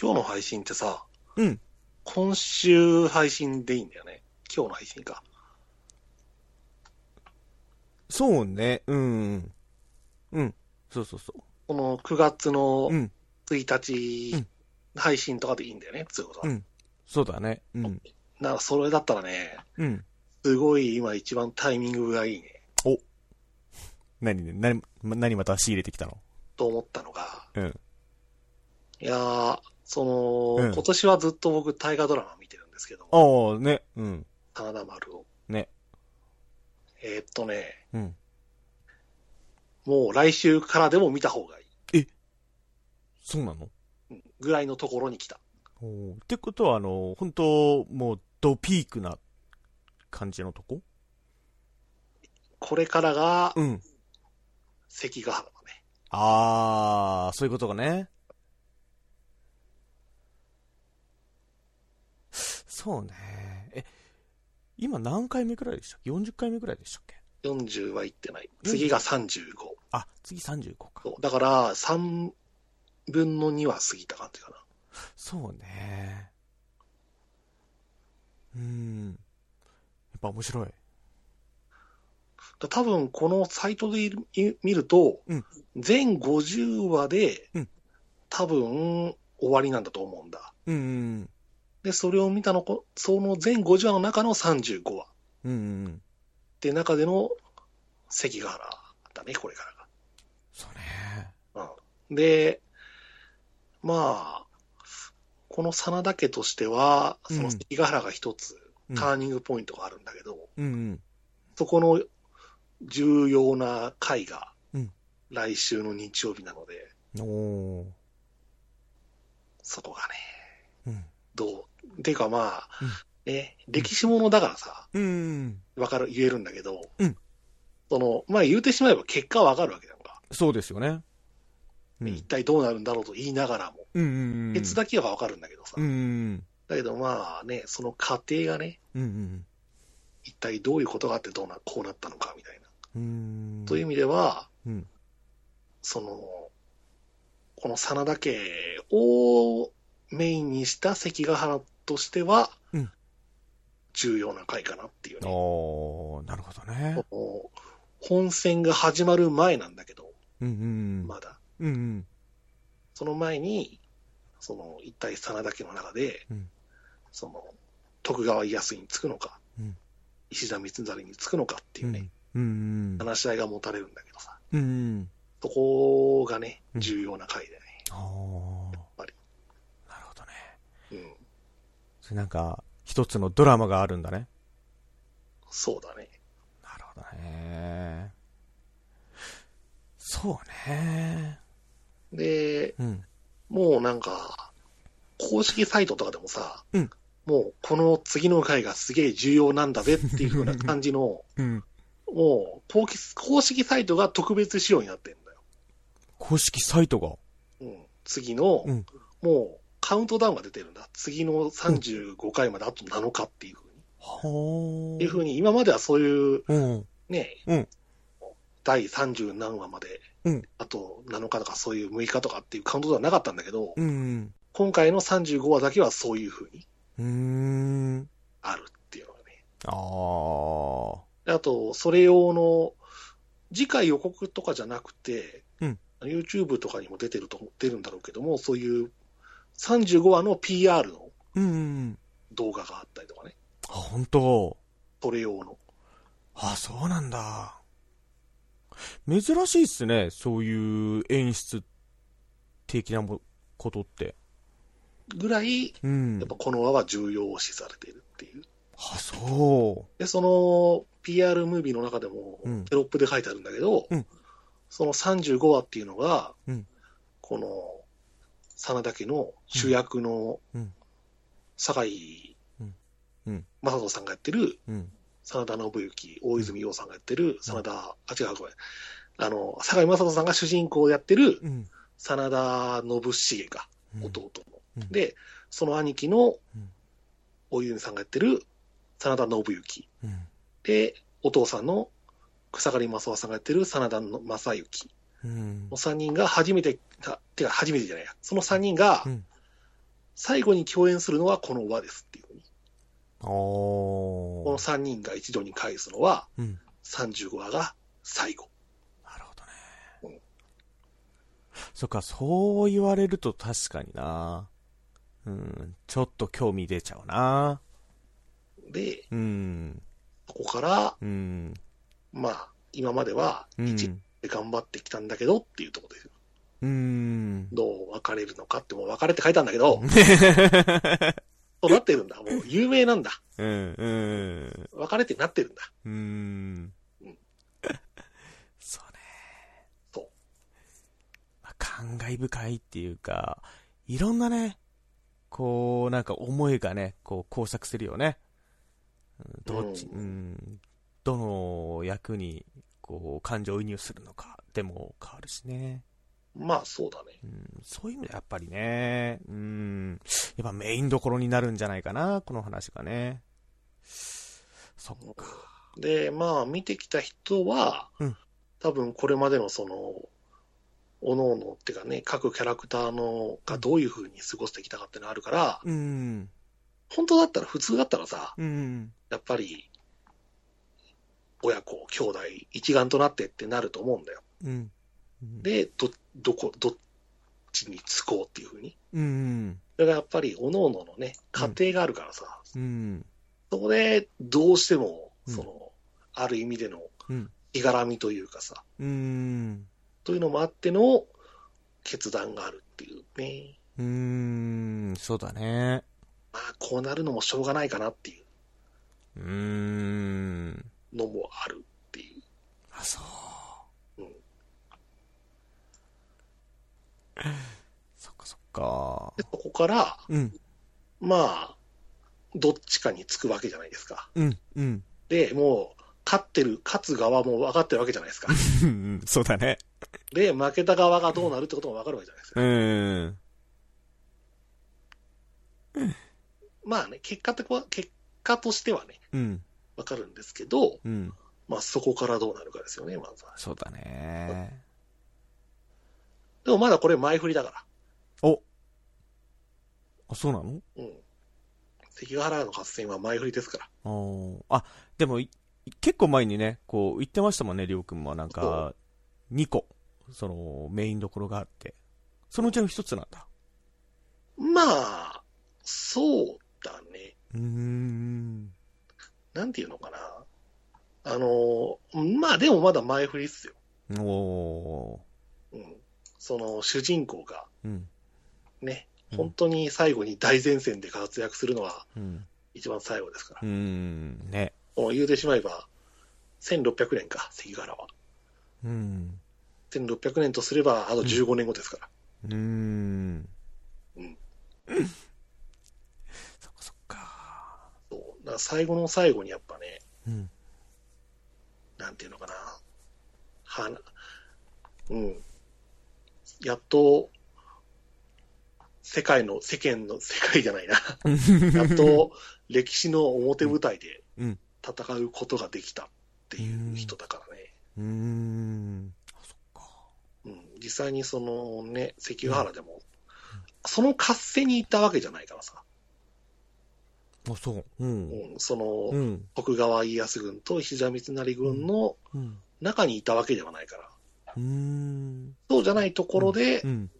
今日の配信ってさ、うん。今週配信でいいんだよね。今日の配信か。そうね。うん。うん。そうそうそこの9月のう。うん。う1ん日配信とかでいいんだよね、つうことはうんそうだね。うん。なそれだったらね、うん。すごい今一番タイミングがいいね、何ね、何、何また仕入れてきたのと思ったのが、うん。いやー、その、うん今年はずっと僕大河ドラマ見てるんですけど、ああ、ね。うん。真田丸を。ね。えーっとね、うん。もう来週からでも見た方がいいそうなのぐらいのところに来た。おーってことは、あの、本当もう、ドピークな感じのとここれからがうん。関ヶ原だね。あー、そういうことがね。そうね。え、今何回目くらいでしたっけ ?40 回目くらいでしたっけ40はいってない。うん次が35。あ、次35か。そうだから、3分の2は過ぎた感じかな。そうね。うん。やっぱ面白い。だ多分このサイトでいるい見ると、うん全50話で、うん多分終わりなんだと思うんだ。うんうんで、それを見たのこ、その全50話の中の35話っうん。うんうんうん。て中での関ヶ原だね、これからが。そうね。で、まあ、この真田家としては、うんその関ヶ原が一つ、うんターニングポイントがあるんだけど、うんうん。そこの重要な回がうん、来週の日曜日なので、おー。そこがね、うん。どう、てかまあ、ね、ん歴史ものだからさ、うんうん。わかる、言えるんだけど、うんその、まあ言うてしまえば結果はわかるわけだか、そうですよね。うん一体どうなるんだろうと言いながらも、うんうんうん。ケツだけはわかるんだけどさ、うんうんだけどまあね、その過程がね、うん。うん一体どういうことがあってどうな、こうなったのかみたいな。うん。という意う味では、うんその、この真田家をメインにした関ヶ原としてはうん、ー重要な回かなっていううん。ね。おー、なるほどね。その本戦が始まる前なんだけど、うんうん。まだ。うんうん。その前に、その一体真田家の中で、うんその徳川家康につくのか、うん石田三成につくのかっていううんね、うん話し合いが持たれるんだけどさ、うん。うん。そこがね、うん重要な回だよね。おー。やっぱり。なるほどね。うん、それなんか、一つのドラマがあるんだね。そうだね。なるほどね。そうね。で、うん。もうなんか、公式サイトとかでもさ、うんもうこの次の回がすげえ重要なんだぜっていう風な感 じの、うん。もう公式公式サイトが特別仕様になってるんだよ。公式サイトが。うん、次の、うんもうカウントダウンが出てるんだ。次の35回まであと7日っていう風に。っはていうー風に、今まではそういううん。ね、うん第30何話まで、うんあと7日とかそういう6日とかっていうカウントではなかったんだけど、うん。今回の35話だけはそういう風にうーん。あるっていうのがね。あー。であと、それ用の、次回予告とかじゃなくて、うん、 YouTube とかにも出てると思出るんだろうけども、そういう35話の PR のうん。動画があったりとかね、あ、本当。それ用の。あ、そうなんだ。珍しいっすね。そういう演出的なもことって。ぐらい、うんやっぱ。この話は重要視されているっていう。あ、そで、その PR ムービーの中でもうんテロップで書いてあるんだけど、うんその35話っていうのが、うんこの真田家の主役のうん酒井うんうん正人さんがやってるう。うん。真田信之、大泉洋さんがやってる真田、あ、違う、ごめん。あの、酒井正人さんが主人公でやってるうん。真田信繁か、うん。弟の。うんで、その兄貴のうん大泉さんがやってる真田信之。うん。で、お父さんの草刈正雄さんがやってる真田の正幸うんの。3人が初めて、たてか初めてじゃないや、その3人がうん最後に共演するのはこの輪ですっていうふうに。あこのー。 3人が一度に返すのはうん。な35話が最後。るほどね。そっか、そう言われると確かにな。うん。ちょっと興味出ちゃうな。で、うん。ここから、うん。まあ、今まではう一ん。頑張ってきたんだけどっていうところですよ。うん。どう別れるのかって、もう別れって書いたんだけ ど、そうなってるんだ。もう有名なんだ。うん。うん。別れってなってるんだ。うんうん。そうね。そうまあ感慨深いっていうか、いろんなね、こう、なんか思いがね、こう交錯するよね。うんどっち、ううんん、どの役に、こう、感情移入するのか、でも変わるしね。まあ、そうだね。うん、そういう意味でやっぱりね、うん、やっぱメインどころになるんじゃないかな、この話がね。そっか。で、まあ、見てきた人は、うん多分これまでのその、おのおのっていうかね、各キャラクターのがどういう風に過ごしてきたかってのあるから、うん、本当だったら、普通だったらさ、うん、やっぱり、親子、兄弟、一丸となってってなると思うんだよ。うん。うん、で、ど、どこ、どっちにつこうっていう風に。うん、だからやっぱり、おのおののね、家庭があるからさ、うん、そこで、どうしても、うんその、ある意味でのうん、しがらみというかさ、うん、というのもあっての決断があるっていうね。うん、そうだね。まあ、こうなるのもしょうがないかなっていううん、のもあるっていう。あ、そう。そっかそっか。で、そこから、うん、まあ、どっちかにつくわけじゃないですか。うん、うん、で、もう、勝ってる、勝つ側も分かってるわけじゃないですか。うん、そうだね。で、負けた側がどうなるってことも分かるわけじゃないですか。うん、まあね、結果ってこう、結果としてはね、うん、分かるんですけど、うん、まあそこからどうなるかですよね、まずは。そうだね。でもまだこれ前振りだかおあ、そうなのら。うん。関ヶ原の合戦は前振りですから。あーあ、でもい、結構前にね、こう、言ってましたもんね、りょうくんも。なんか、2個、その、メインどころがあって。そのうちの1つなんだ。まあ、そうだね。うーん。なんていうのかな。あの、まあでもまだ前振りっすよ。おうん。その主人公がー。うん。ね、うん本当に最後に大前線で活躍するのはうん。一番最後ですからうー。ん。ね。もう言うてしまえば、1600年か、関ヶ原は。うん。 1600年とすれば、あと15年後ですから。うーん。うん。そっかそっか。そうだから最後の最後にやっぱね、うん。なんていうのかな。はな、うん。やっと、世界の、世間の、世界じゃ ないな。やっと、歴史の表舞台でうん戦うことができたっていう人だからね。うーん。あ、そっか。うん。実際にそのね、関ヶ原でも、その合戦に行ったわけじゃないからさ。あ、そう。うん。うん。そのう、ん。徳川家康軍と石田三成軍のうん。中にいたわけではないから。うーん。そうじゃないところでうん。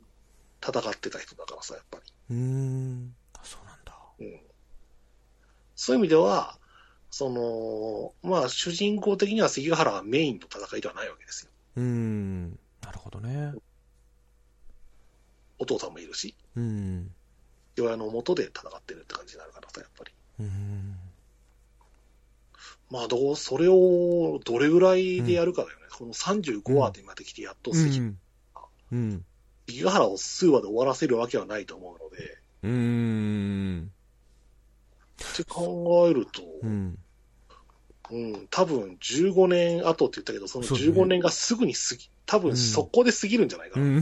戦ってた人だからさ、やっぱり。うーん。あ、そうなんだ。そういう意味では、その、まあ、主人公的には関ヶ原がメインの戦いではないわけですよ。うーん。なるほどね。お父さんもいるし、うん。父親の元で戦ってるって感じになるからさ、やっぱり。うーん。まあ、どう、それをどれぐらいでやるかだよね。この35話で今できて、やっとう関,、ん。うん。関ヶ原を数話で終わらせるわけはないと思うので、うーん。って考えると、ううん、ん。多分15年後って言ったけど、そのそうだね15年がすぐに過ぎ、多分そこで過ぎるんじゃないかうな。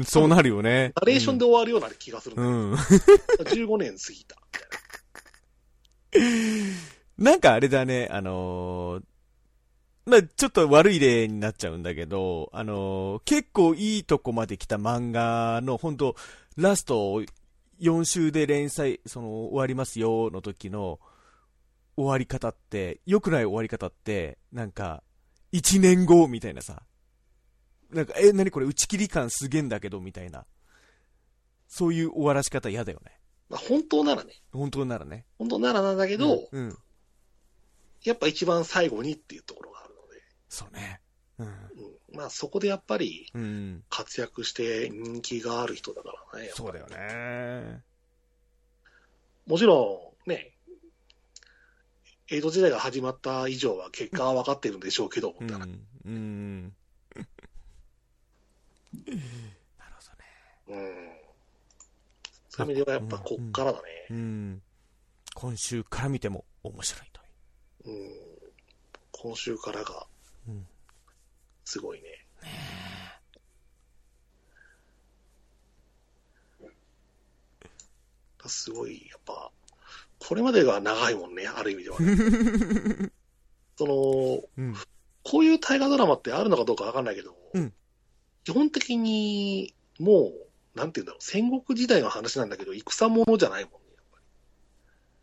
んそうなるよね。ナレーションで終わるような気がするんだうよ、ん。うん。 15年過ぎた。みたいななんかあれだね、あのーまあ、ちょっと悪い例になっちゃうんだけど、あのー結構いいとこまで来た漫画の、本当ラスト4週で連載、その、終わりますよ、の時の、終わり方って、良くない終わり方って、なんか、1年後、みたいなさ。なんか、え、なにこれ、打ち切り感すげえんだけど、みたいな。そういう終わらし方嫌だよね。まあ、本当ならね、本当ならね。本当ならなんだけど、うんうん。やっぱ一番最後にっていうところがあるそうね。うん。ので、うん、まあそこでやっぱりうん。活躍して人気がある人だからね。そうだよね。もちろん、ね、江戸時代が始まった以上は結果は分かってるんでしょうけど、うん。うん。なるほどね。うんそういう意味ではやっぱこっからだね。うん。今週から見ても面白いというん今週からがうん、すごいね。すごい、やっぱ、これまでが長いもんね、ある意味ではね、 その、う。うん。こういう大河ドラマってあるのかどうかわかんないけど、うん基本的に、もう、なんて言うんだろう、戦国時代の話なんだけど、戦ものじゃないもんね。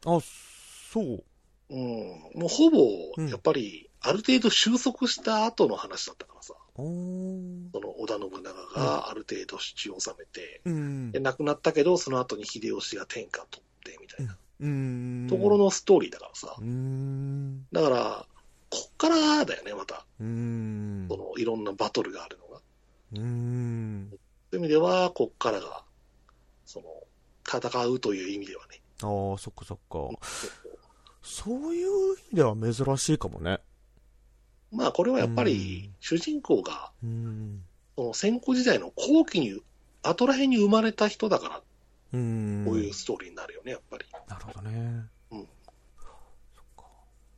あ、そう。うん、もうほぼ、やっぱり、ある程度収束した後の話だったからさ、おーその織田信長がある程度手中を収めて、うんで、。亡くなったけど、その後に秀吉が天下取ってみたいなうん。ところのストーリーだからさう、ん。だから、こっからだよね、また、うん。そのいろんなバトルがあるのが。うん。そういう意味では、こっからが、その、戦うという意味ではね、ああ、そっかそっか。そういう意味では珍しいかもね。まあ、これはやっぱうりん、主人公が、うん。その戦国時代の後期に、後らへんに生まれた人だから、うん。こういうストーリーになるよね、やっぱり。なるほどね。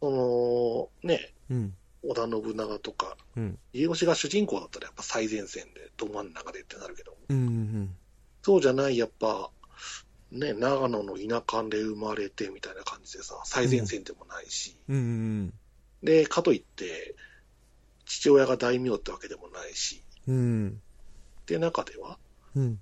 その、ね、うん。織田信長とか、うん。秀吉が主人公だったら、やっぱ最前線で、ど真ん中でってなるけど、うん。そうじゃない、やっぱ、ね、長野の田舎で生まれてみたいな感じでさ、最前線でもないし、うん。で、かといって、父親が大名ってわけでもないし、うん。って中では、うん。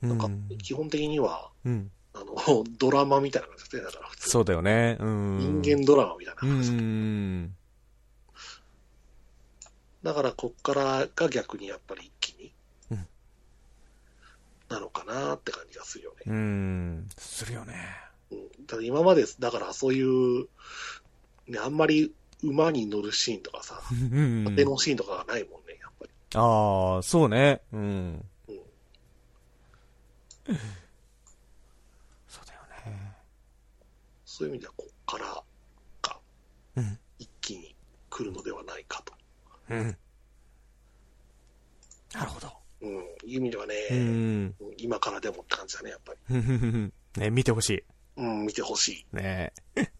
ななんか基本的には、うん。あの、ドラマみたいな感じで、だから普通、そうだよね。うん。人間ドラマみたいなうん。う話、ん。だからこっからが逆にやっぱり一気に、うんなのかなって感じがするよね。うん。するよね。うん、ただ今まで、だからそういう、ね、あんまり馬に乗るシーンとかさ、うん縦のシーンとかがないもんね、やっぱり。ああ、そうね。うん。うんそうだよね。そういう意味では、こっからがうん一気に来るのではないかと。うん。なるほど。うん、いう意味ではね、うん。うん今からでもって感じだね、やっぱり。ふんふんふん ね、見てほしうん、見てほしい。い。ね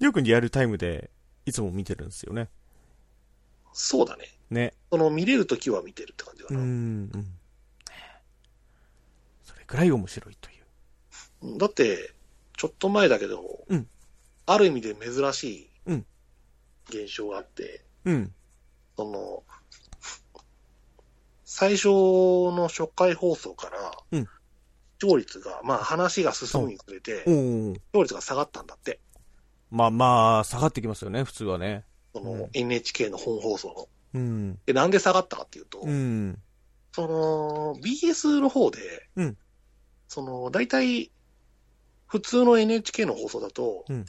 りょうくんリアルタイムでいつも見てるんですよね。そうだね。ね。その見れるときは見てるって感じかうな、ん。それくらい面白いという。うんだって、ちょっと前だけど、うんある意味で珍しういん現象があって、うん。その、最初の初回放送から、うん視聴率が、まあ話が進むにつれて、視おお。聴率が下がったんだって。まあまあ、下がってきますよね、普通はね。そうのん NHK の本放送の。うん。で、なんで下がったかっていうと、うん。その、BS の方で、うんその、大体、普通の NHK の放送だと、うん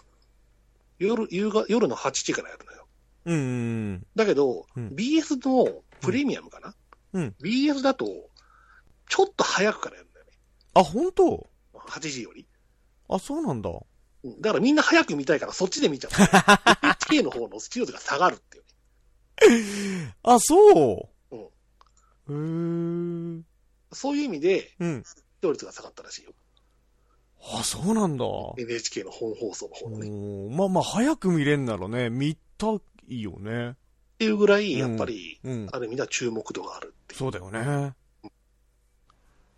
夜、夕が夜の8時からやるのよ。うん。だけど、うん BS のプレミアムかな、うん ?BS だと、ちょっと早くからやるんだよね。あ、本当8時より。あ、そうなんだ。うんだからみんな早く見たいからそっちで見ちゃう。NHK の方の視聴率が下がるっていう、ね。あ、そううんへー。そういう意味で、うん。視聴率が下がったらしいよ。あ、そうなんだ。 NHK の本放送の方のね。っおーまあまあ、早く見れんならね、見たいよね。ていうぐらい、やっぱり、うん。ある意味では注目度があるっていうそうだよね。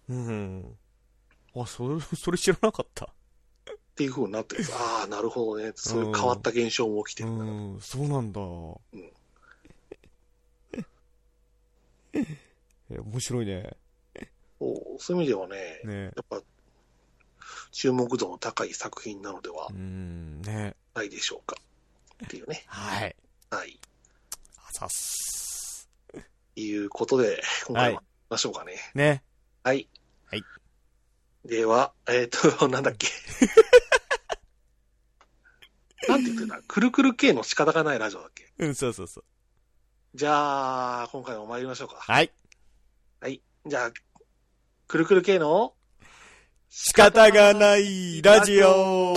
うん。あ、それ、それ知らなかった。っていう風にな ってるんです。ああ、なるほどね。そういう変わった現象も起きてうるんだな。ん、そうなんだ。へえー面白いね。そうそういう意味ではね、ねやっぱ、注目度の高い作品なのではうん、ねないでしょうか。っていうね。はい。はい。あざっす。いうことで、今回はましょうかね。ね。はい。はい。では、えっ、と、 なん だっけ。なんて言ってたくるくる系の仕方がないラジオだっけうん、そうそうそう。じゃあ、今回も参りましょうか。はい。はい。じゃあ、くるくる系の仕方がないラジオ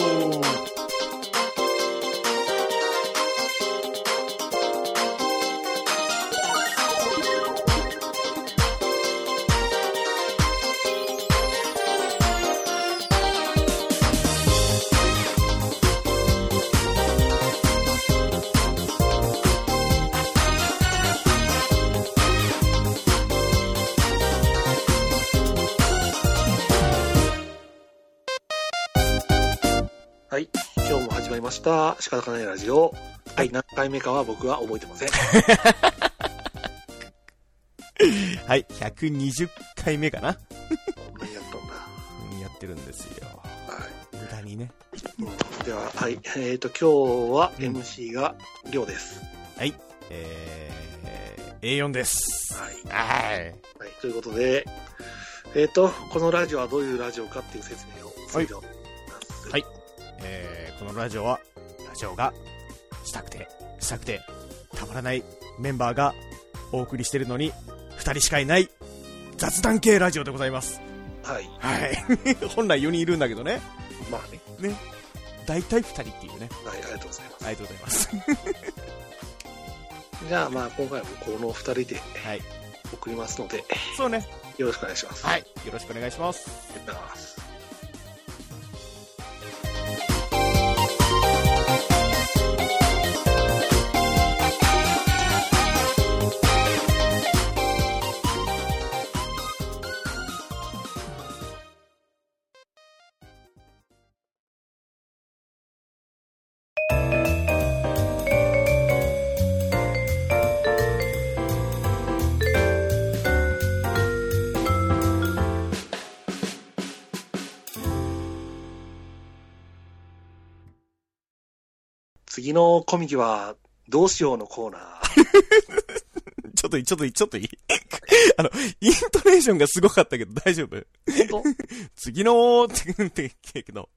はい。今日も始まりました。仕方がないラジオ。はい。何回目かは僕は覚えてません。はい、120回目かな何やったんだ。うんやってるんですよ。はい。無駄にね。では、はい。えっ、と、今日はうん MC がりょうです。えー、A4 です。はい。はい。はい。ということで、えっ、と、このラジオはどういうラジオかっていう説明をするよ。はいえーこのラジオは、ラジオがしたくて、したくて、たまらないメンバーがお送りしてるのに、二人しかいない雑談系ラジオでございます。はい。はい。 本来4人いるんだけどね、まあね。大体二人っていうね。はい。ありがとうございます。ありがとうございます。じゃあ、まあ、今回もこの二人で はい。送りますので、そうね。よろしくお願いします。はい。よろしくお願いします。ありがとうございます。次のコミキは、どうしようのコーナー。ちょっといい、ちょっといい、ちょっといい あの、イントネーションがすごかったけど大丈夫本次のーって言ってけど。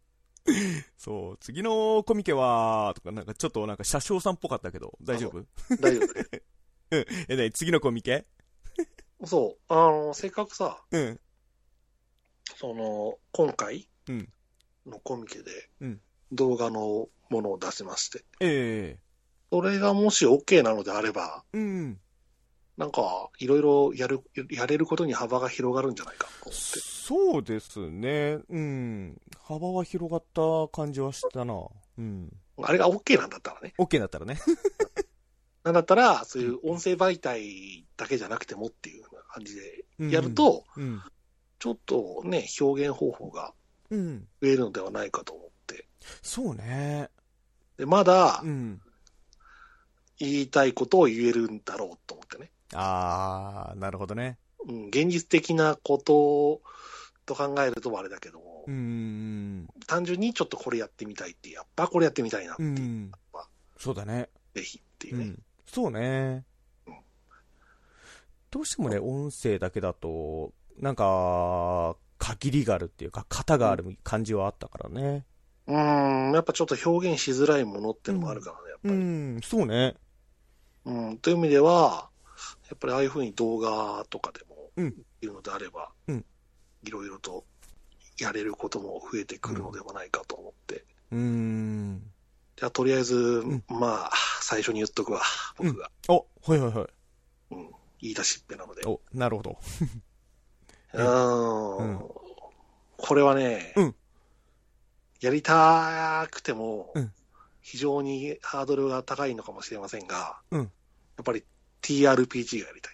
そう、次のコミケは、とか、なんかちょっとなんか車掌さんっぽかったけど、大丈夫当大丈夫です。え、なに次のコミケそう。あの、せっかくさ、うん。その、今回うんのコミケでうん、動画のものを出しまして、えそれがもし OK なのであれば、えうん。なんか、いろいろやる、やれることに幅が広がるんじゃないかと思って。そうですね。うん。幅は広がった感じはしたな。うん。あれが OK なんだったらね。 OK だったらね。なんだったら、そういう音声媒体だけじゃなくてもっていうような感じでやると、うん。ちょっとね、表現方法がうん。増えるのではないかと思って。そうね。で、まだうん。言いたいことを言えるんだろうと思ってね。あー、なるほどね。うん、現実的なことと考えるとあれだけども、うん。単純にちょっとこれやってみたいって、やっぱこれやってみたいなってういう、ん。そうだね。ぜひっていうね。ん、そうねうん。どうしてもね、音声だけだと、なんか、限りがあるっていうか、型がある感じはあったからね。うーん、やっぱちょっと表現しづらいものってのもあるからね、やっぱうり。ん、そうね。うん、という意味では、やっぱりああいうふうに動画とかでも、うんいうのであれば、うんいろいろとやれることも増えてくるのではないかと思って。うん。じゃあ、とりあえず、んまあ、最初に言っとくわ、僕が。お、はいはいはい。うん言い出しっぺなので。お、なるほど。うーうんんこれはね、うんやりたくてもうん、非常にハードルが高いのかもしれませんが、うんやっぱり TRPG がやりたい。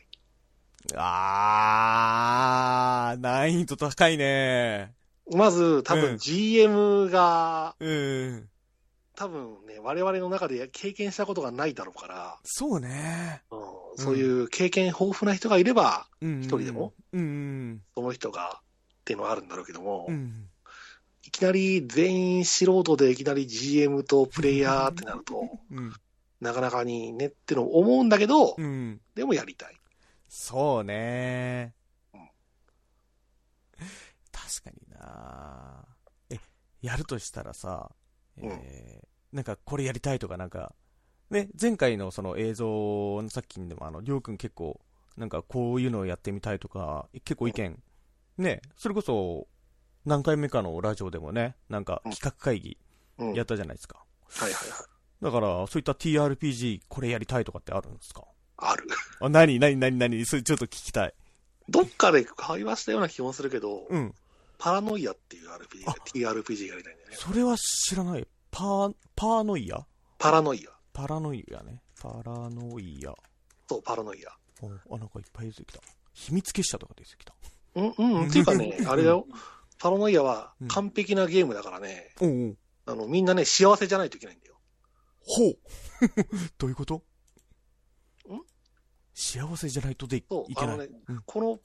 あー、難易度高いね。まず、多うん分 GM がうん。多分ね、我々の中で経験したことがないだろうから、そうね。うん、そういう経験豊富な人がいれば、うん。一人でもうん。その人がっていうのはあるんだろうけども、うん。いきなり全員素人でいきなり GM とプレイヤーってなると、うん。なかなかにねっての思うんだけど、うん。でもやりたい。そうねうん。確かになえ、やるとしたらさ、うんえーなんかこれやりたいとかなんか、ね、前回のその映像の作品でもあの、りょうくん結構、なんかこういうのをやってみたいとか、結構意見、ね、それこそ、何回目かのラジオでもね、なんか企画会議うん。やったじゃないですか。はいはいはい。だから、そういった TRPG これやりたいとかってあるんですかある。 あ、なになになになにそれちょっと聞きたい。どっかで会話したような気もするけど、うん。パラノイアっていう RPG が、TRPG がやりたいんだよね。それは知らない。パー、パーノイアパラノイア。パラノイアね。パラノイア。そう、パラノイア。おあ、なんかいっぱい出てきた。秘密結社とか出てきた。うん、うん、うん。っていうかね、あれだよ。パラノイアはうん完璧なゲームだからね、おうおうあの、みんなね、幸せじゃないといけないんだよ。ほう どういうことん幸せじゃないとでいそう、けなあのい。ね、うんこの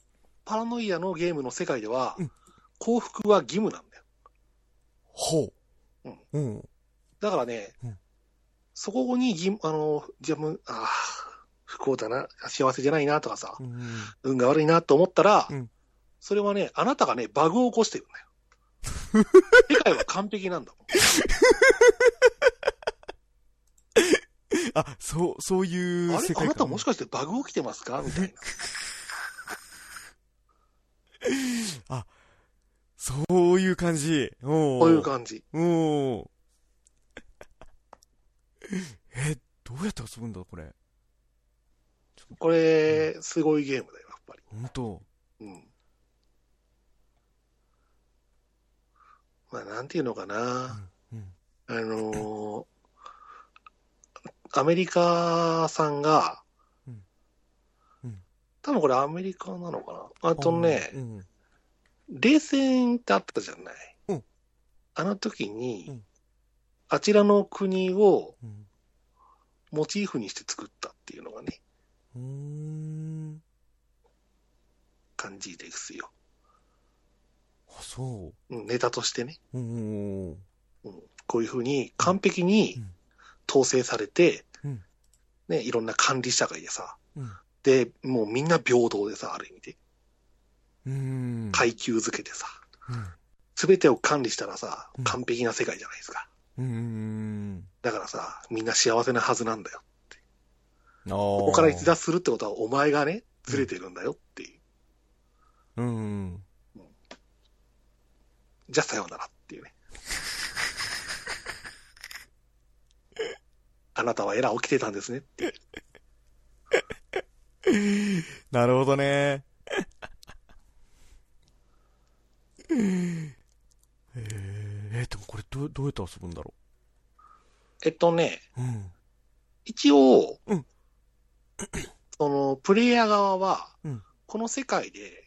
パラノイアのゲームの世界では、うん幸福は義務なんだよ。ほう。うん。だからね、うんそこに義務、あの、自分、ああ、不幸だな、幸せじゃないなとかさ、うん。運が悪いなと思ったら、うんそれはね、あなたがね、バグを起こしてるんだよ。 世界は完璧なんだもん。あ、そう、そういうあれ世界あ観なたもしかしてバグ起きてますかみたいな。そういう感じ。おこういう感じ。じ。おう え、どうやって遊ぶんだ、これ。これ、すごいゲームだよ、やっぱり。本当うん。まあ、なんていうのかな。うん。あのーアメリカさんがうんうん、多分これアメリカなのかな。あとね、うん。冷戦ってあったじゃない。うんあの時に、うんあちらの国をうんモチーフにして作ったっていうのがね、うーん。感じですよ。あ、そうんネタとしてね、う。うん。うんこういうふうに完璧にうん統制されて、うんね、いろんな管理社会でさ、うんで、もうみんな平等でさ、ある意味で、うん。い。階級づけてさ、すべてを管理したらさう、ん完璧な世界じゃないですか。うん。だからさ、みんな幸せなはずなんだよ。ああ。こここから逸脱するってことは、お前がね、ずれてるんだよっていう。うん。じゃあさようならって いうね。あなたはエラー起きてたんですねっていう。なるほどね。 えー、えーでもこれどう、どうやって遊ぶんだろえっとね、う。うん。一応、うんその、プレイヤー側は、うんこの世界で、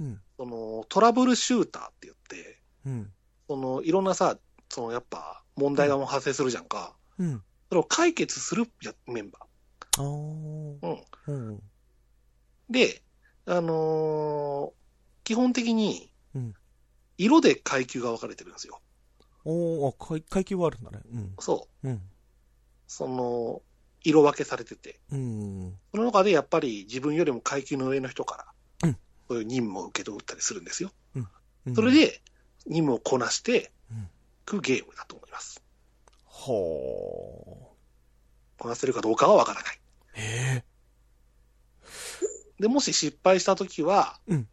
うん。その、トラブルシューターって言って、うん。その、いろんなさ、その、やっぱ、問題がもう発生するじゃんか。うん。それを解決するやメンバあー。あ。うん。うん。で、あのー基本的にうん、色で階級が分かれてるんですよ。おおあ、階階級はあるんだね。うん。そう。うん。その、色分けされてて。うん。その中でやっぱり自分よりも階級の上の人から、うんそういう任務を受け取ったりするんですよ。うんそれ、で、任務をこなしてうん、くゲームだと思います。ほこなせるかどうかは分からない。う。えで、もし失敗したときは、うん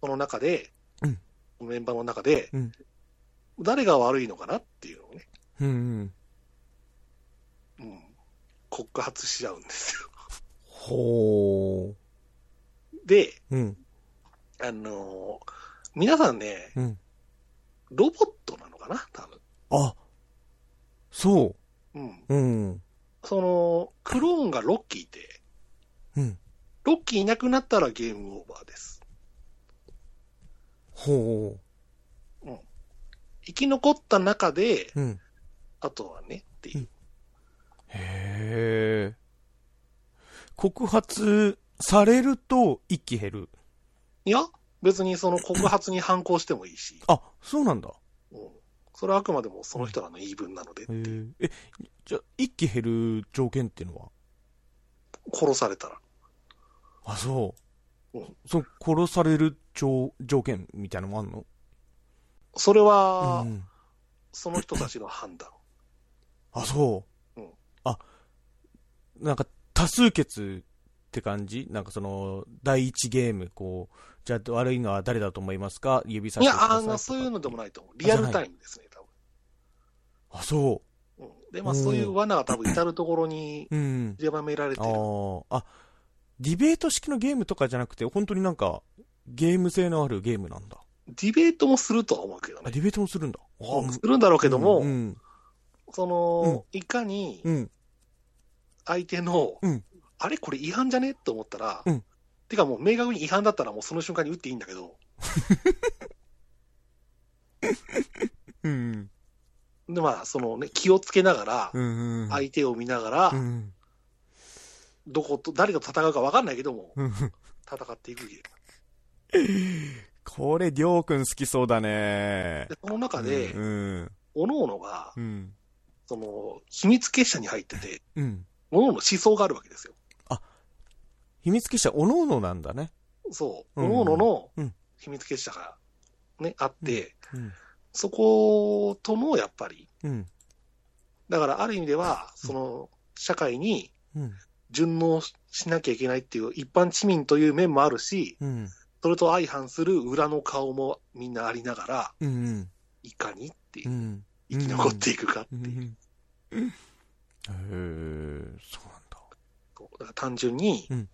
この中で、うんメンバーの中で、うん誰が悪いのかなっていうのをね、えー。うん。うん、告発し合うんですよ。ほう。 で、うん。あのー皆さんね、うんロボットなのかな、多分。あ、そうん。う。うん。その、クローンがロッキーで、うん。ロッキーいなくなったらゲームオーバーです。ほ生き残った中で、う。うん。あとはねっていう。へえ。告発されると一気減る。いや、別にその告発に反抗してもいいし、あ、そうなんだ。うん、それはあくまでもその人らの言い分なので、へーえ、じゃあ一気減る条件っていうのは殺されたら。あ、そう。うんその殺される条条件みたいなのもあんのそれは、うん、その人たちの判 断。あ、そう。うんあ、なんか多数決って感じなんかその、第一ゲーム、こう、じゃあ悪いのは誰だと思いますか指さいしやてくだ、さあいとかの、そういうのでもないと思う。リアルタイムですね、多あ、そ分。うん、で、まあ、うんそういう罠が多分至るところにう。うん。狭められてある。ーあ、ディベート式のゲームとかじゃなくて、本当になんか、ゲーム性のあるゲームなんだ。ディベートもするとは思うけどあ、ね。ディベートもするんだ。あーうんするんだろうけども、うん。その、いかにうん。相手の、うんあれこれ違反じゃねって思ったら、うんてかもう明確に違反だったらもうその瞬間に打っていいんだけど、うん。で、まあ、そのね、気をつけながら、うん。相手を見ながら、うん。どこと、誰と戦うか分かんないけども、うん。 戦っていくゲームこれ、りょうくん好きそうだねで。。その中で、うん。各々が、うん。その、秘密結社に入ってて、うん。各々の思想があるわけですよ。秘密結社、おのおのなんだね。そう。うん各々のうん秘密結社が、ね、あって、うん。そことの、やっぱり、うん。だからある意味では、その、社会にうん。順応しなきゃいけないっていう、一般市民という面もあるし、うん。それと相反する裏の顔もみんなありながら、うん。いかにっていうう、ん。生き残っていくかってういう。ん。へえ、そうなんだ。こうだから単純に、うん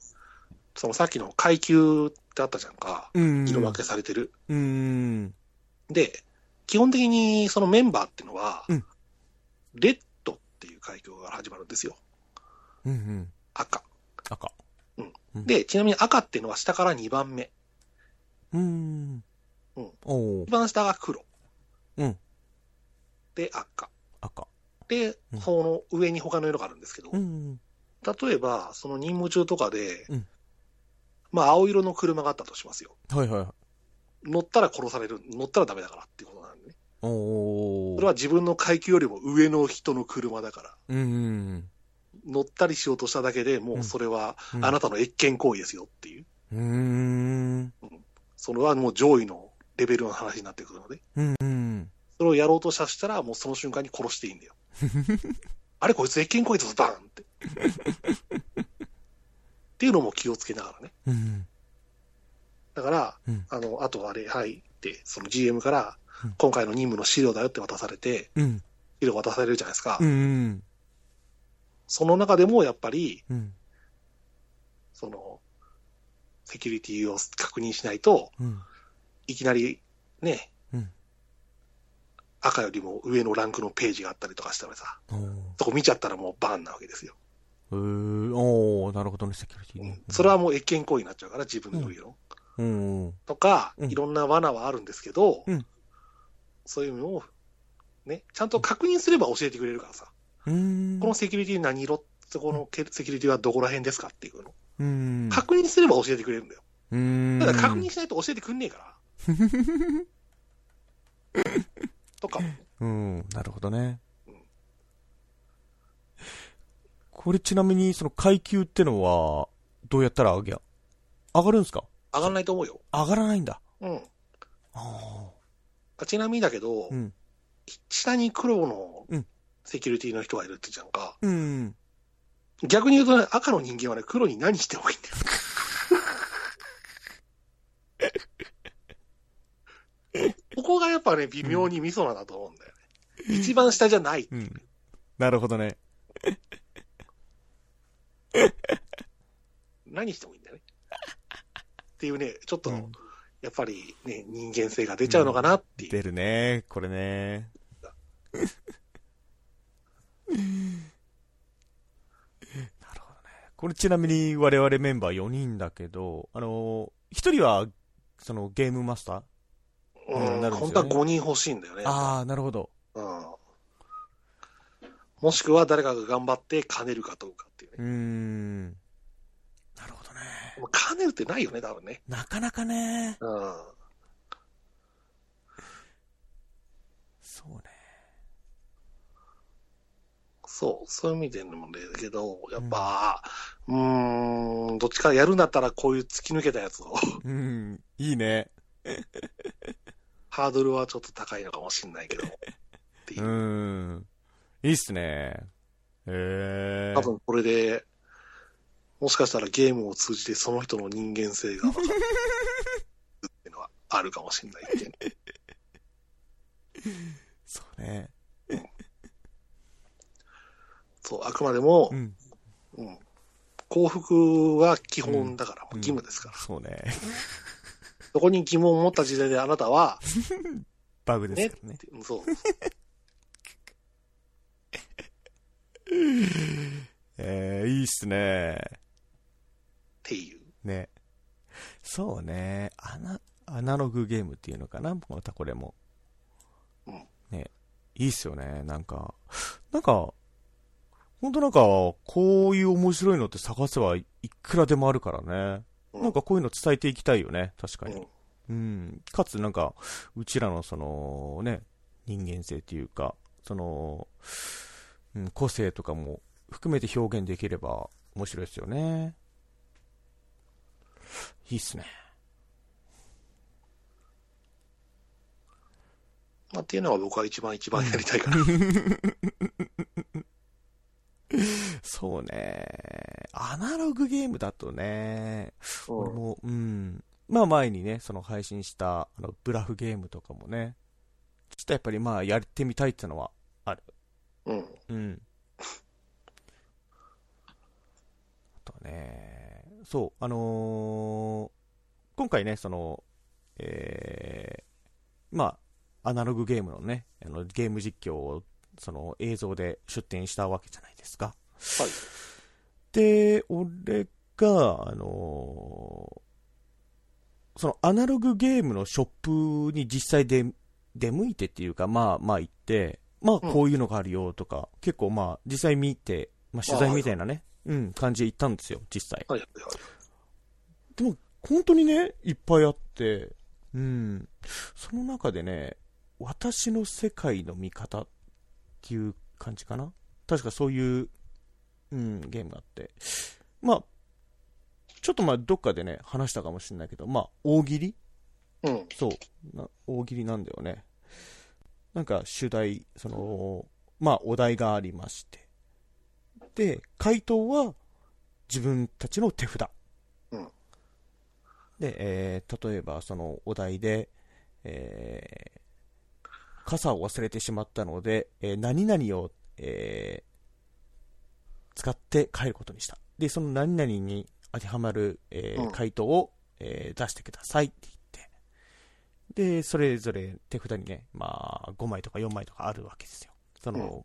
そのさっきの階級ってあったじゃんか、うん色分けされてる。うん。で、基本的にそのメンバーっていうのは、うんレッドっていう階級から始まるんですよ。うん。うん。赤。赤。で、ちなみに赤っていうのは下から2番目。うん。うんおう一。番下が黒。うんで、赤。赤。でう、んその上に他の色があるんですけど、うん。例えば、その任務中とかで、うんまあ、青色の車があったとしますよ。はいはいはい。乗ったら殺される、乗ったらダメだからっていうことなんでね。おお。それは、自分の階級よりも上の人の車だから、うん。乗ったりしようとしただけでもうそれはあなたの越権行為ですよっていう、うん。それはもう上位のレベルの話になってくるので、うん。それをやろうとしたしたら、もうその瞬間に殺していいんだ よ。あれ、こいつ越権行為だぞ、バーンって。っていうのも気をつけながらね。うん。だから、うんあの、あとあれ、はいって、その GM からうん、今回の任務の資料だよって渡されて、うん。資料渡されるじゃないですか。うん。その中でもやっぱり、うん。その、セキュリティを確認しないと、うん。いきなり、ね、うん赤よりも上のランクのページがあったりとかしたらさ、おそこ見ちゃったらもうバーンなわけですよ。えー、おーなるほどね、セキュリティね。それはもう越権行為になっちゃうから、自分の上の。うん、うん。とか、うんいろんな罠はあるんですけど、うんそういうのを、ね、ちゃんと確認すれば教えてくれるからさ、うん。このセキュリティ何色そこのけセキュリティはどこら辺ですかっていうの。うん。確認すれば教えてくれるんだよ。うん。ただ確認しないと教えてくんねえ から。とかもね、うん、なるほどねうん。これちなみに、その階級ってのは、どうやったら上げや、上がるんすか上がらないと思うよ。上がらないんだ。うん。ああちなみにだけど、ーうん。下に黒のうんセキュリティの人がいるってじゃんか。うん。逆に言うとね、赤の人間はね、黒に何してもいいんだよ。 ここがやっぱね、微妙にミソなんだと思うんだよね。一番下じゃない。うん。なるほどね。何してもいいんだよね。っていうね、ちょっと、うんやっぱりね、人間性が出ちゃうのかなっていう。出るね、これね。なるほどね。これちなみに我々メンバー4人だけど、あのー、1人は、そのゲームマスター、うんうんなるんですよ本ね当は5人欲しいんだよね。ああ、なるほど。うんもしくは誰かが頑張って兼ねるかどうかっていうね。うーん。なるほどね。もう兼ねるってないよね、多分ね。なかなかね。うん。そうね。そう、そういう意味でもね、けど、やっぱ、うーん、どっちかやるんだったらこういう突き抜けたやつを、 うん。いいね。ハードルはちょっと高いのかもしれないけど、っていうう。ーん。いいっすね。へえ。多分これで、もしかしたらゲームを通じてその人の人間性が分かるっていうのはあるかもしれないっていうそうね。そう、あくまでもう、ん。うん、幸福は基本だから、うん義務ですから。そうね。そこに疑問を持った時代であなたは、バグでねすからね。ってそう。えー、いいっすね。っていう。ね。そうね。アナ、アナログゲームっていうのかなまたこれも。うんね。いいっすよね。なんか、なんか、ほんとなんか、こういう面白いのって探せばいくらでもあるからね。うんなんかこういうの伝えていきたいよね。確かうにん。うん、かつなんか、うちらのそのね、人間性というか、その、うん、個性とかも含めて表現できれば面白いですよね。いいっすね。まあ、っていうのは僕は一番一番やりたいから。そうね。アナログゲームだとね、俺も、うん。まあ前にね、その配信した、あの、ブラフゲームとかもね、ちょっとやっぱりまあやってみたいってのは、うん。うんうん。あとね、そう、あのー今回ね、その、えーまあ、アナログゲームのね、あのゲーム実況を、その映像で出展したわけじゃないですか。はい。で、俺が、あのーそのアナログゲームのショップに実際で出向いてっていうか、まあまあ行って、まあこういうのがあるよとか、結構まあ実際見て、まあ取材みたいなね、うん、感じで行ったんですよ、実際。はい。はい。はいでも、本当にね、いっぱいあって、うん。その中でね、私の世界の見方っていう感じかな。確かそういう、うん、ゲームがあって。まあ、ちょっとまあ、どっかでね、話したかもしれないけど、まあ、大喜利うん。そうな。大喜利なんだよね。なんか、主題、その、まあ、お題がありまして。で、回答は、自分たちの手札。うんで、えー例えば、その、お題で、えー傘を忘れてしまったので、えー何々を、えー使って帰ることにした。で、その何々に当てはまる、えーうん回答を、えー出してくださいって言って、で、それぞれ手札にね、まあ、5枚とか4枚とかあるわけですよ。そうの、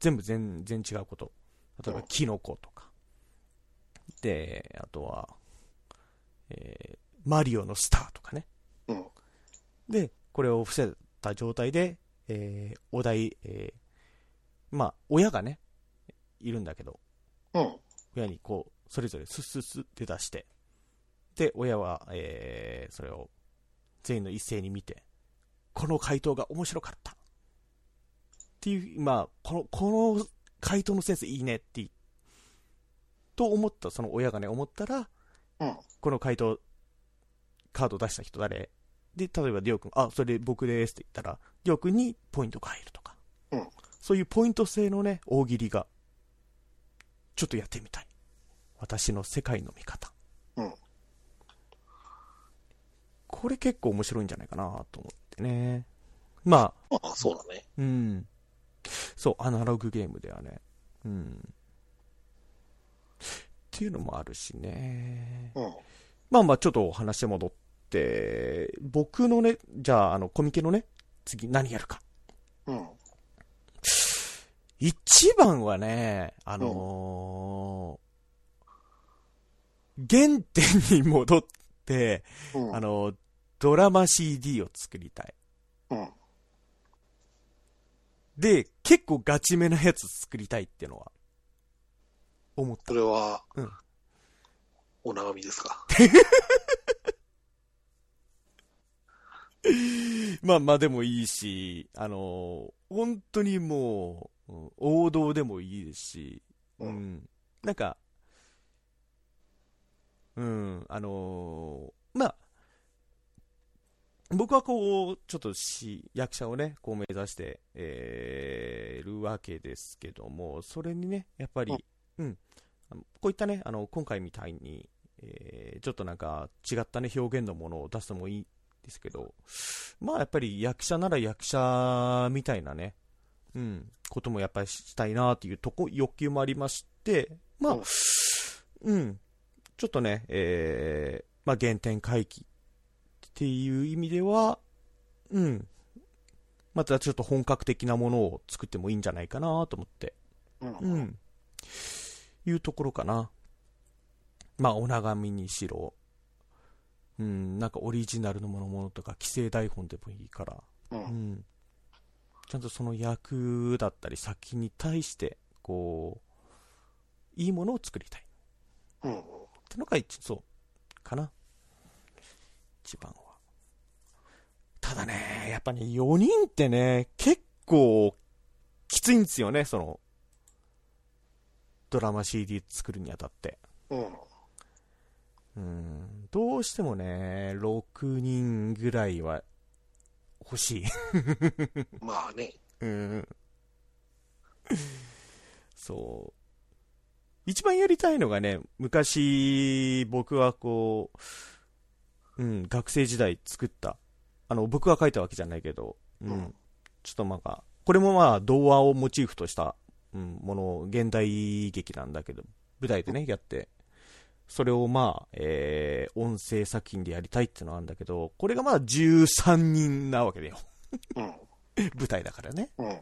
全部全然違うこと。例えばう、んキノコとか。で、あとは、えーマリオのスターとかね。うん。で、これを伏せた状態で、えーお題、えーまあ、親がね、いるんだけど、うん。親にこう、それぞれスッスッスッって出して、で、親は、えーそれを全員の一斉に見て、この回答が面白かったっていう、まあ、この、この回答のセンスいいねっていう、と思った、その親がね、思ったら、うん。この回答、カード出した人誰で、例えば、りょうくん、あ、それ僕ですって言ったら、りょうくんにポイントが入るとか。うんそういうポイント制のね、大喜利が、ちょっとやってみたい。私の世界の見方。うんこれ結構面白いんじゃないかなと思ってね。まあ、まあ、そうだね。うん。そう、アナログゲームではね。うん。っていうのもあるしね。うん。まあまあ、ちょっとお話戻って、僕のね、じゃあ、あの、コミケのね、次何やるか。うん。一番はね、あのー原点に戻って、うん。あの、ドラマ CD を作りたい。うん。で、結構ガチめなやつ作りたいってのは、思ったそ。れは、うんお長身ですか。まあまあでもいいし、あのー本当にもう、うん王道でもいいですし、ううんん。なんか、うん、あのーまあ、僕はこう、ちょっとし役者をね、こう目指して、えーるわけですけども、それにね、やっぱり、うん、あのこういったね、あの、今回みたいに、えーちょっとなんか違ったね、表現のものを出すのもいいですけど、まあやっぱり役者なら役者みたいなね、うん、こともやっぱりしたいなっていうとこ、欲求もありまして、まあ、うん、ちょっとね、えー、まあ原点回帰っていう意味では、うん、またちょっと本格的なものを作ってもいいんじゃないかなと思って、うん。うん、いうところかな。まあ、お長みにしろ、うん、なんかオリジナルのものものとか、規制台本でもいいから、うんう。ん、ちゃんとその役だったり先に対して、こう、いいものを作りたいっうん。てのが一、そう、かな。一番は。ただね、やっぱね、4人ってね、結構、きついんですよね、その、ドラマ CD 作るにあたって。うん。うん、どうしてもね、6人ぐらいは欲しい。まあね。うん。そう。一番やりたいのがね、昔、僕はこう、うん、学生時代作った。あの、僕が書いたわけじゃないけど、うん。うんちょっとなんか、これもまあ、童話をモチーフとした、うん、ものを、現代劇なんだけど、舞台でね、やって。それをまあ、えー、音声作品でやりたいってのはあるんだけど、これがまあ13人なわけだよ。うん。舞台だからね。うん。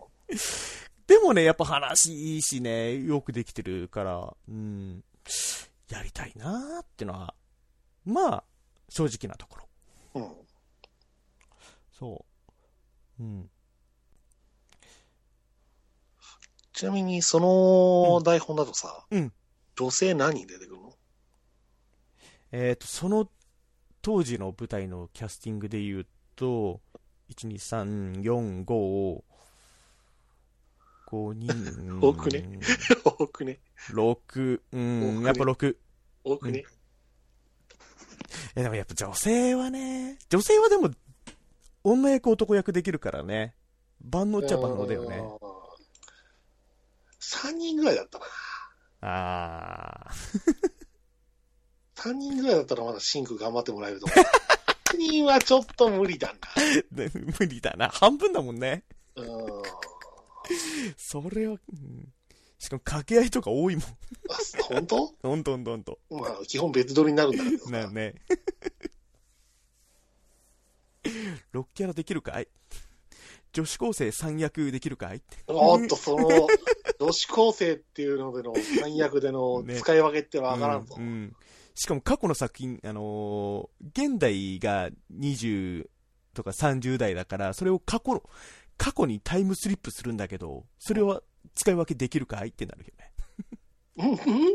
でもね、やっぱ話いいしね、よくできてるから、うん、やりたいなーってのは、まあ、正直なところ。うん。そう。うん。ちなみに、その台本だとさ、うん女性何人出てくるの えっ、と、その当時の舞台のキャスティングで言うと、1、2、3、4、5、5人。 多くね。多くね。 6、う多くん、ねやっぱ6。多くね。え、でもやっぱ女性はね、女性はでも、女役男役できるからね、万能っちゃ万能だよね。あー。3人ぐらいだったな。あ3人ぐらいだったらまだシンク頑張ってもらえると思う。3人はちょっと無理だーで無理だな。半分だもんね。な。うん。それは、うんしかも掛け合いとか多いもん。あ本当どんどんどんどまあ、基本別撮りになるんだけどん。さなあね。6キャラ できるかい女子高生3役できるかいおっと、その、女子高生っていうのでの三役でのね使い分けってのはわからんぞ。うんうんしかも過去の作品、あのー現代が20とか30代だから、それを過去の、過去にタイムスリップするんだけど、それは使い分けできるかいってなるよね。うん、うん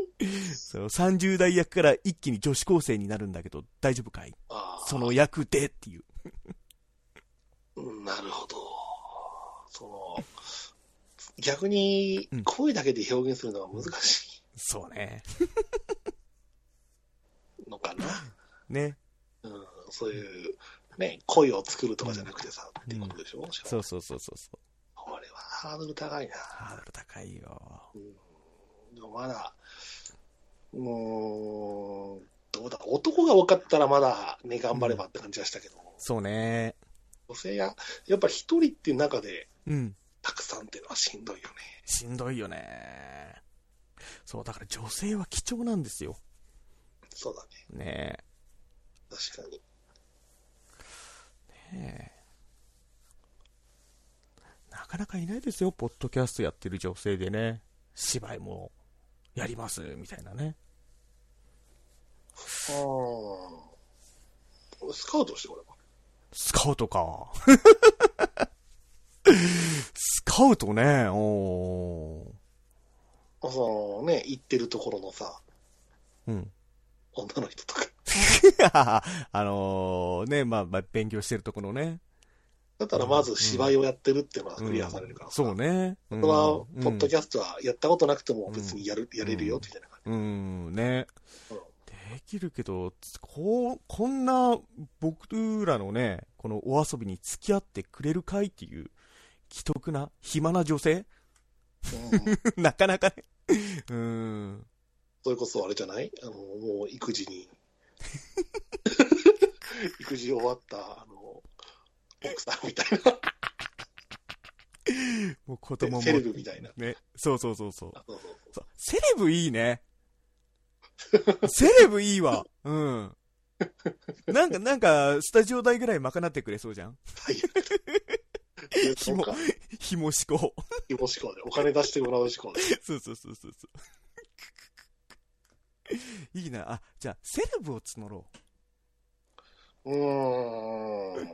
その30代役から一気に女子高生になるんだけど、大丈夫かいああその役でっていう。うんなるほど。その、逆にうん声だけで表現するのは難しそうね。いのかな。ね。うん、そういう、ね、声を作るとかじゃなくてさ、っていうことでしょ、しかもそうそうそうそうそう。これはハードル高いな。ハードル高いよ。でもまだ、うーん、どうだ、男が多かったらまだね、頑張ればって感じはしたけど、そうね。女性や、やっぱ一人っていう中で、うん。たくさんっていうのはしんどいよね。しんどいよね。そう、だから女性は貴重なんですよ。そうだね、ね確かに。えなかなかいないですよ、ポッドキャストやってる女性でね、芝居もやりますみたいなね。うん。スカウトしてこれば。 スカウトか。ス買うとね、おそのね、行ってるところのさ、ーうん。 女の人とか。あのーね、まあ、まあ、勉強してるとこのね。だったらまず芝居をやってるっていうのはクリアされるからさ。そうね。そこれは、ポッドキャストはやったことなくても別にやる、やれるよ、みたいな感うん、ねうん。できるけど、こう、こんな僕らのね、このお遊びに付き合ってくれるかいっていう、既得な、暇な女性 じ。うん、なかなかね。うん。それこそあれじゃないあの、もう育児 に。育児終わった、あの、奥さんみたい な。もう子供も。セレブみたいな。ね。そうそうそうそう。あそうそうそうそうセレブいいね。セレブいいわ。うん。なんか、なんか、スタジオ代ぐらい賄ってくれそうじゃん。 最悪。でひもそうかひも思考。ひも志向で。お金出してもらう志向で。そうそうそうそうそう。いいな。あ、じゃあ、セレブを募ろう。うーん。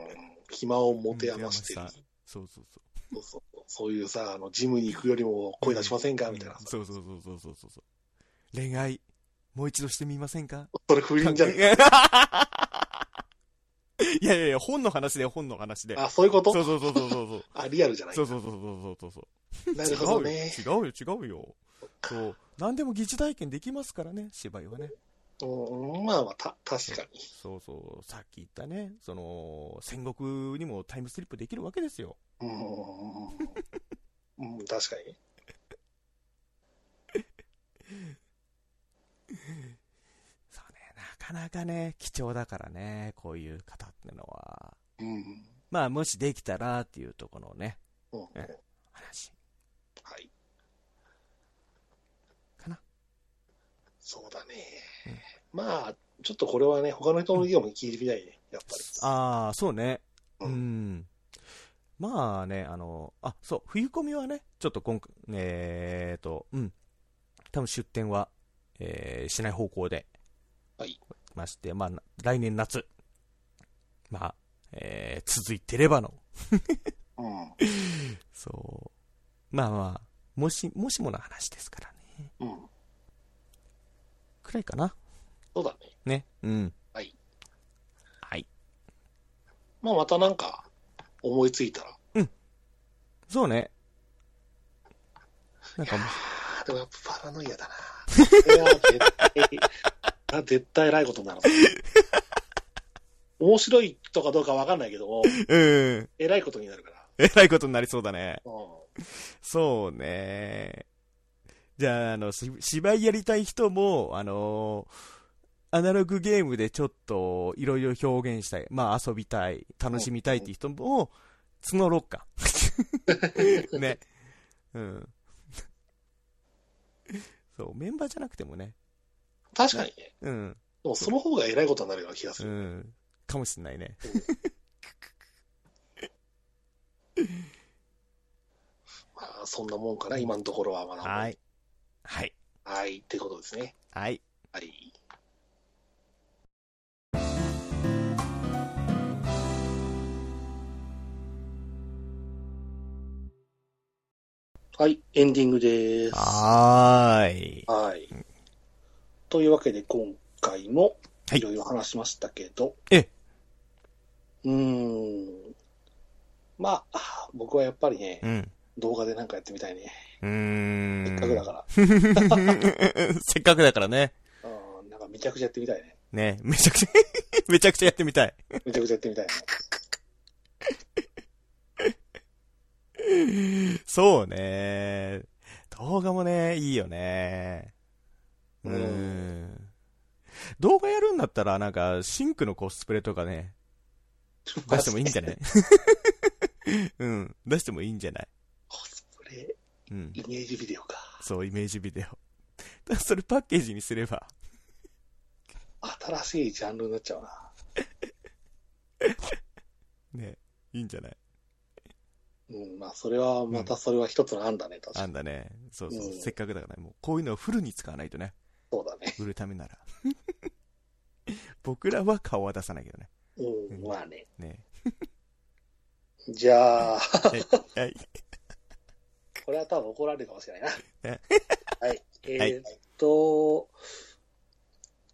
暇を持て余してる。うんそうそうそう。そうそうそういうさ、あの、ジムに行くよりも声出しませんかみたいなうんさ。そうそうそうそうそうそうそう。恋愛、もう一度してみませんかそれ不倫じゃねいやいやいや、本の話で本の話で。あ、そういうことそうそうそうそうそうそう。あ、リアルじゃないそうそうそうそうそうそう。な違るうほどよ、ね。違うよ、違うよ。そう。何でも疑似体験できますからね、芝居はね。うん、まあまあ、た、確かに。そうそう。さっき言ったね、その、戦国にもタイムスリップできるわけですよ。うん。 うん、確かに。そうね、なかなかね、貴重だからね、こういう方ってのは。うん。まあ、もしできたらっていうところのね、うん。はえ話。い。かな。そうだね。まあ、ちょっとこれはね、他の人の意見も聞いてみたいね。やっぱり。ああ、そうね。ううんん。まあね、あの、あ、そう、冬コミはね、ちょっと今回、えーと、うん。多分出店は、えーしない方向で、はい。まして、まあ、な来年夏。まあ、えー続いてればの。うん。そう。まあまあ、もし、もしもの話ですからね。うん。くらいかな。そうだね。ね。うん。はい。はい。まあ、またなんか、思いついたら。そうね。なんかもう、あーでもやっぱパラノイアだな。これは絶対、 あ絶対えらいことになるぞ。面白いとかどうかわかんないけども、 うん。えらいことになるから。えらいことになりそうだね。うん。そうね。じゃあ、あの、し芝居やりたい人も、あのーアナログゲームでちょっと、いろいろ表現したい。まあ、遊びたい。楽しみたいっていう人も、募ろう か。ね。うん。そう、メンバーじゃなくてもね。確かにね。うん。でもその方がえらいことになるような気がすうる。ん。かもしんないね。まあ、そんなもんかな、今のところはまだ。は。い。はい。はい、ってことですね。はい。はい。はい、エンディングです。はーい。はい。というわけで、今回もはいいろいろ話しましたけど、えうーん。まあ、僕はやっぱりね、うん。動画でなんかやってみたいね。うーん。せっかくだから。 せっかくだからね。うん、なんかめちゃくちゃやってみたいね。ね、めちゃくちゃ、めちゃくちゃ やってみたい。めちゃくちゃやってみたいね。そうね。動画もね、いいよね。うー。うん動画やるんだったら、なんか、シンクのコスプレとかね、出してもいいんじゃない うん。出してもいいんじゃないコスプレ、うん。イメージビデオか。そう、イメージビデオ。だからそれパッケージにすれば、新しいジャンルになっちゃうな。ね、いいんじゃないうん、まあ、それは、またそれは一つの案だね、確かあに。んだね。そうそう。うんせっかくだからね、もうこういうのをフルに使わないとね。そうだね。売るためなら。 僕らは顔は出さないけどね。うん、まあね。ねじゃあ、はい。れは多分怒られるかもしれないえな。はい。えーっと、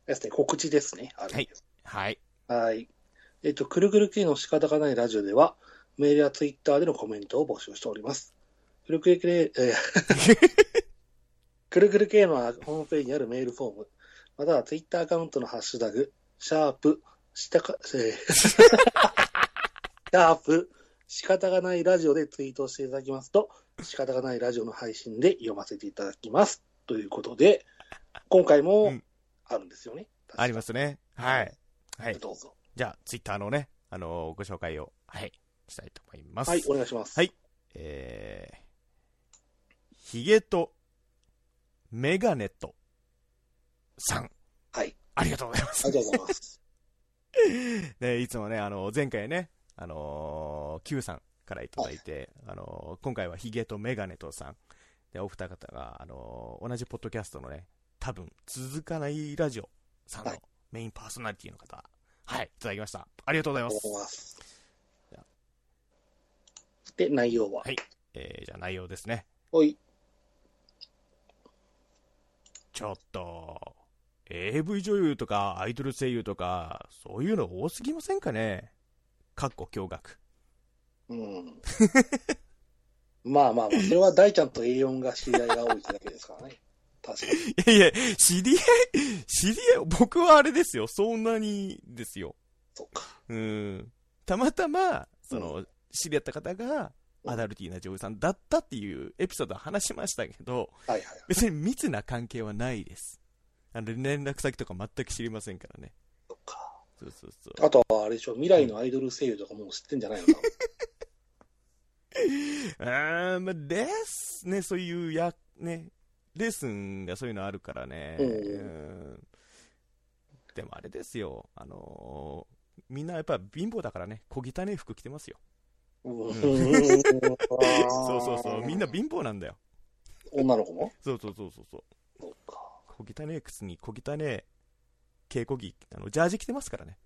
ですね、告知ですね。あるんですはい。はい。えっと、くるくる K の仕方がないラジオでは、メールやツイッターでのコメントを募集しております。くるくる K、えー くるくる K のホームページにあるメールフォーム、またはツイッターアカウントのハッシュタグ、シャープ、したか、えー シャープ、仕方がないラジオでツイートしていただきますと、仕方がないラジオの配信で読ませていただきます。ということで、今回うもんあるんですよね。ありますね。はい。はい。どうぞ。じゃあ、ツイッターのね、あのーご紹介を、はい、したいと思います。はい、お願いします。はいえー、ヒゲと、メガネと、さん。はい。ありがとうございます。ありがとうござい ます。ね、いつもね、あの、前回ね、あのー、Q さんからいただいて、あのー今回はヒゲとメガネとさん。で、お二方が、あのー同じポッドキャストのね、多分、続かないラジオさんのはいメインパーソナリティの方、はい、いただきました。ありがとうござあいまりがとすう。ございます。で、内容は。はいえー、じゃあ内容ですね。おい。ちょっと、AV 女優とかアイドル声優とか、そういうの多すぎませんかねかっこ驚愕。うん。 まあまあまあ、それは大ちゃんと A4 が知り合いが多いってだけです からね。確かに。いやいや、知り合い、知り合い、僕はあれですよ、そんなにですよ。そっか。うん。たまたま、その、知り合った方が、うんアダルティーな女優さんだったっていうエピソードは話しましたけど、はいはい。別に密な関係はないです。あの、連絡先とか全く知りませんからね。そっか。そうそうそう。あとは、あれでしょ、未来のアイドル声優とかもう知ってんじゃないのか。 あーまあ、ですね、そういうや、ね、レッスンがそういうのあるからね。うんんでもあれですよ、あのーみんなやっぱ貧乏だからね、小汚い服着てますよ。うんん そそうそうそう、みんな貧乏なんだよ。女の子もそうそうそうそうそう。そっか。小汚い靴に小汚い稽古着、あの、ジャージ着てますからね。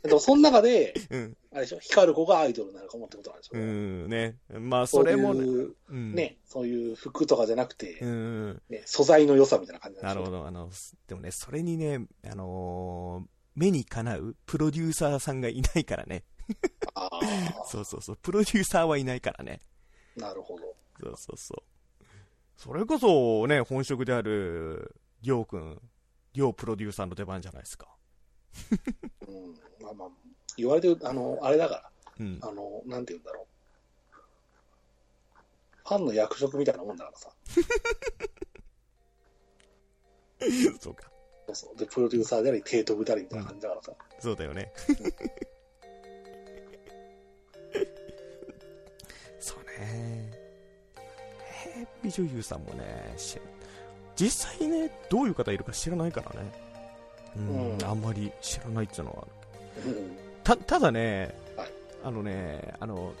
でも、その中で、うん。あれでしょ、光る子がアイドルなのかもってことなんでしょううね。ん、ね。まあ、それもね。ね。うん、ね、そういう服とかじゃなくて、うん。ね、素材の良さみたいな感 じなんなでるしょほど。あの、すでもね、それにね、あのー目にかなうプロデューサーさんがいないからね。あそうそうそう。プロデューサーはいないからね。あ、なるほど。そうそうそう。それこそね、本職である、りょうくん、りょうプロデューサーの出番じゃないですか。うん、まあまあ、言われてる、あの、あれだかうん。ら、あの、なんて言うんだろう。ファンの役職みたいなもんだからさ。そうか。そうそう。で、プロデューサーであり、提督でありみたいな感じだからさ。そうだよね。 そうね。えー、美女優さんもね、し実際ね、どういう方いるか知らないからね。うん、うんあんまり知らないっていうのはある。うん。た、ただね、はいあのね、あの、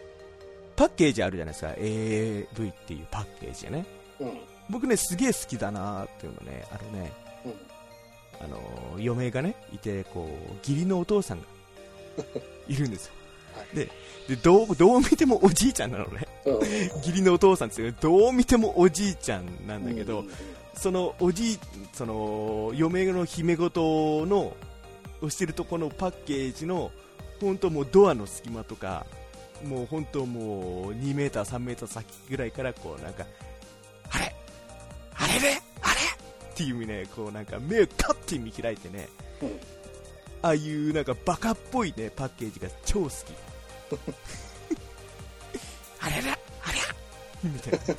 パッケージあるじゃないですか。AV っていうパッケージね。うん。僕ね、すげえ好きだなっていうのね、あのね、あの余命がねいてこう義理のお父 さんがいるんですよ、はいででどうどう見てもおじいちゃんなのねうん。義理のお父さんっていうどう見てもおじいちゃんなうんだけど、うんそのおじいその余命の姫ごとのをしてるとこのパッケージの本当もうドアの隙間とかもう本当もう2メーター3メーター先ぐらいからこうなんかあれあれれあれっていうねこうなんか目をカッて見開いてね、うんああいうなんかバカっぽいねパッケージが超好きあれれあれみたいな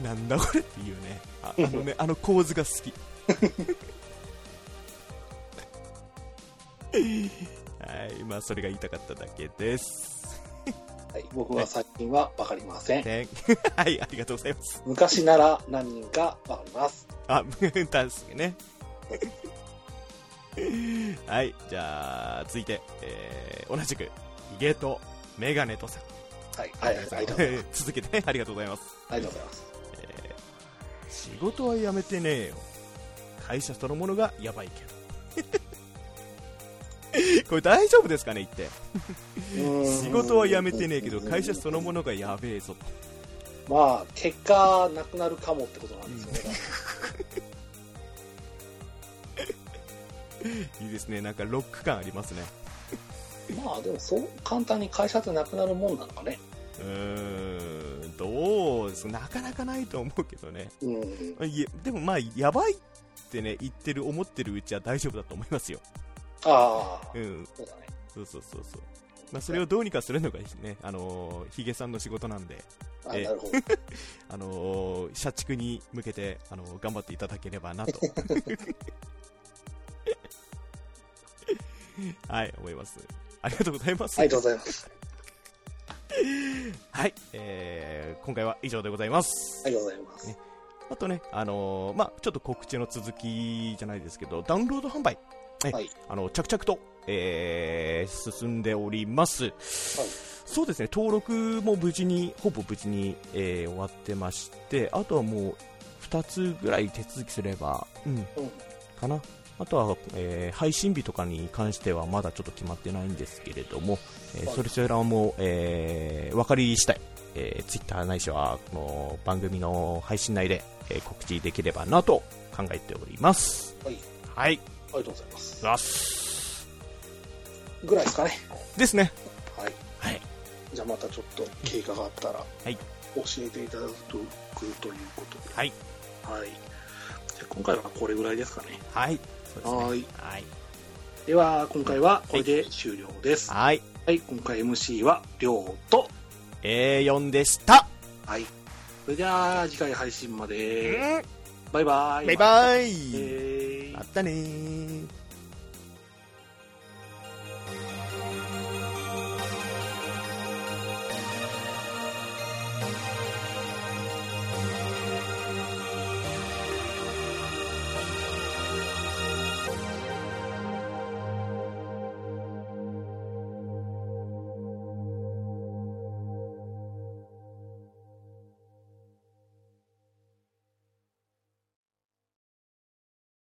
なんだこれっていうね、ああのね、あの構図が好き。はい、まあ、それが言いたかっただけです。はい。僕は最近はわかりません。ね、 はい、ありがとうございます。昔なら何人かわかります。あ、確かにね。はい、じゃあ、続いて、えー同じく、ヒゲとメガネとさん。はい。はい。はいありがとうございます。 続けてね、ありがとうございます。ありがとうございます。えー仕事は辞めてねえよ会社そのものがやばいけど これ大丈夫ですかね言って。 仕仕事は辞めてねえけど、会社そのものがやべえぞと。まあ、結果、なくなるかもってことなんですよね。いいですね。なんかロック感ありますね。まあ、でも、そう簡単に会社ってなくなるもんなのかね。うーん、どうですなかなかないと思うけどね。うん。いえでもまあ、やばいってね、言ってる、思ってるうちは大丈夫だと思いますよ。ああ、うん、そうだね。そうそうそうそう。まあ、それをどうにかするのがね、あのーヒゲさんの仕事なんで、あええなるほど。 あのー社畜に向けて、あのー頑張っていただければなと。はい、思います。ありがとうございます。ありがとうございます。はい、えー今回は以上でございますあ。りがとうございます。ねあとね、あのーまあちょっと告知の続きじゃないですけど、ダウンロード販売、ねはいあの着々と、えー進んでおります、そうですね、登録も無事に、ほぼ無事に、えー終わってまして、あとはもう2つぐらい手続きすれば、うん、うん。かな。あとは、えー配信日とかに関してはまだちょっと決まってないんですけれども、えーはいそれそれらも、えー、分かりしたい、えー、Twitter ないしはこの番組の配信内で、えー告知できればなと考えております。はい。はい、ありがとうございます。ラスぐらいですかね。ですね。はい。はい、じゃあまたちょっと経過があったら、い教えていただくということで。はい、はい。じゃあ今回はこれぐらいですかね。はい、そうですね。はいはい、では、今回はこれで終了です。ははい、い。今回 MC は、りょうと、 A4 でした。はい。それでは、次回配信まで。うんバイバイ。嗯バイバイ。イ。またねー。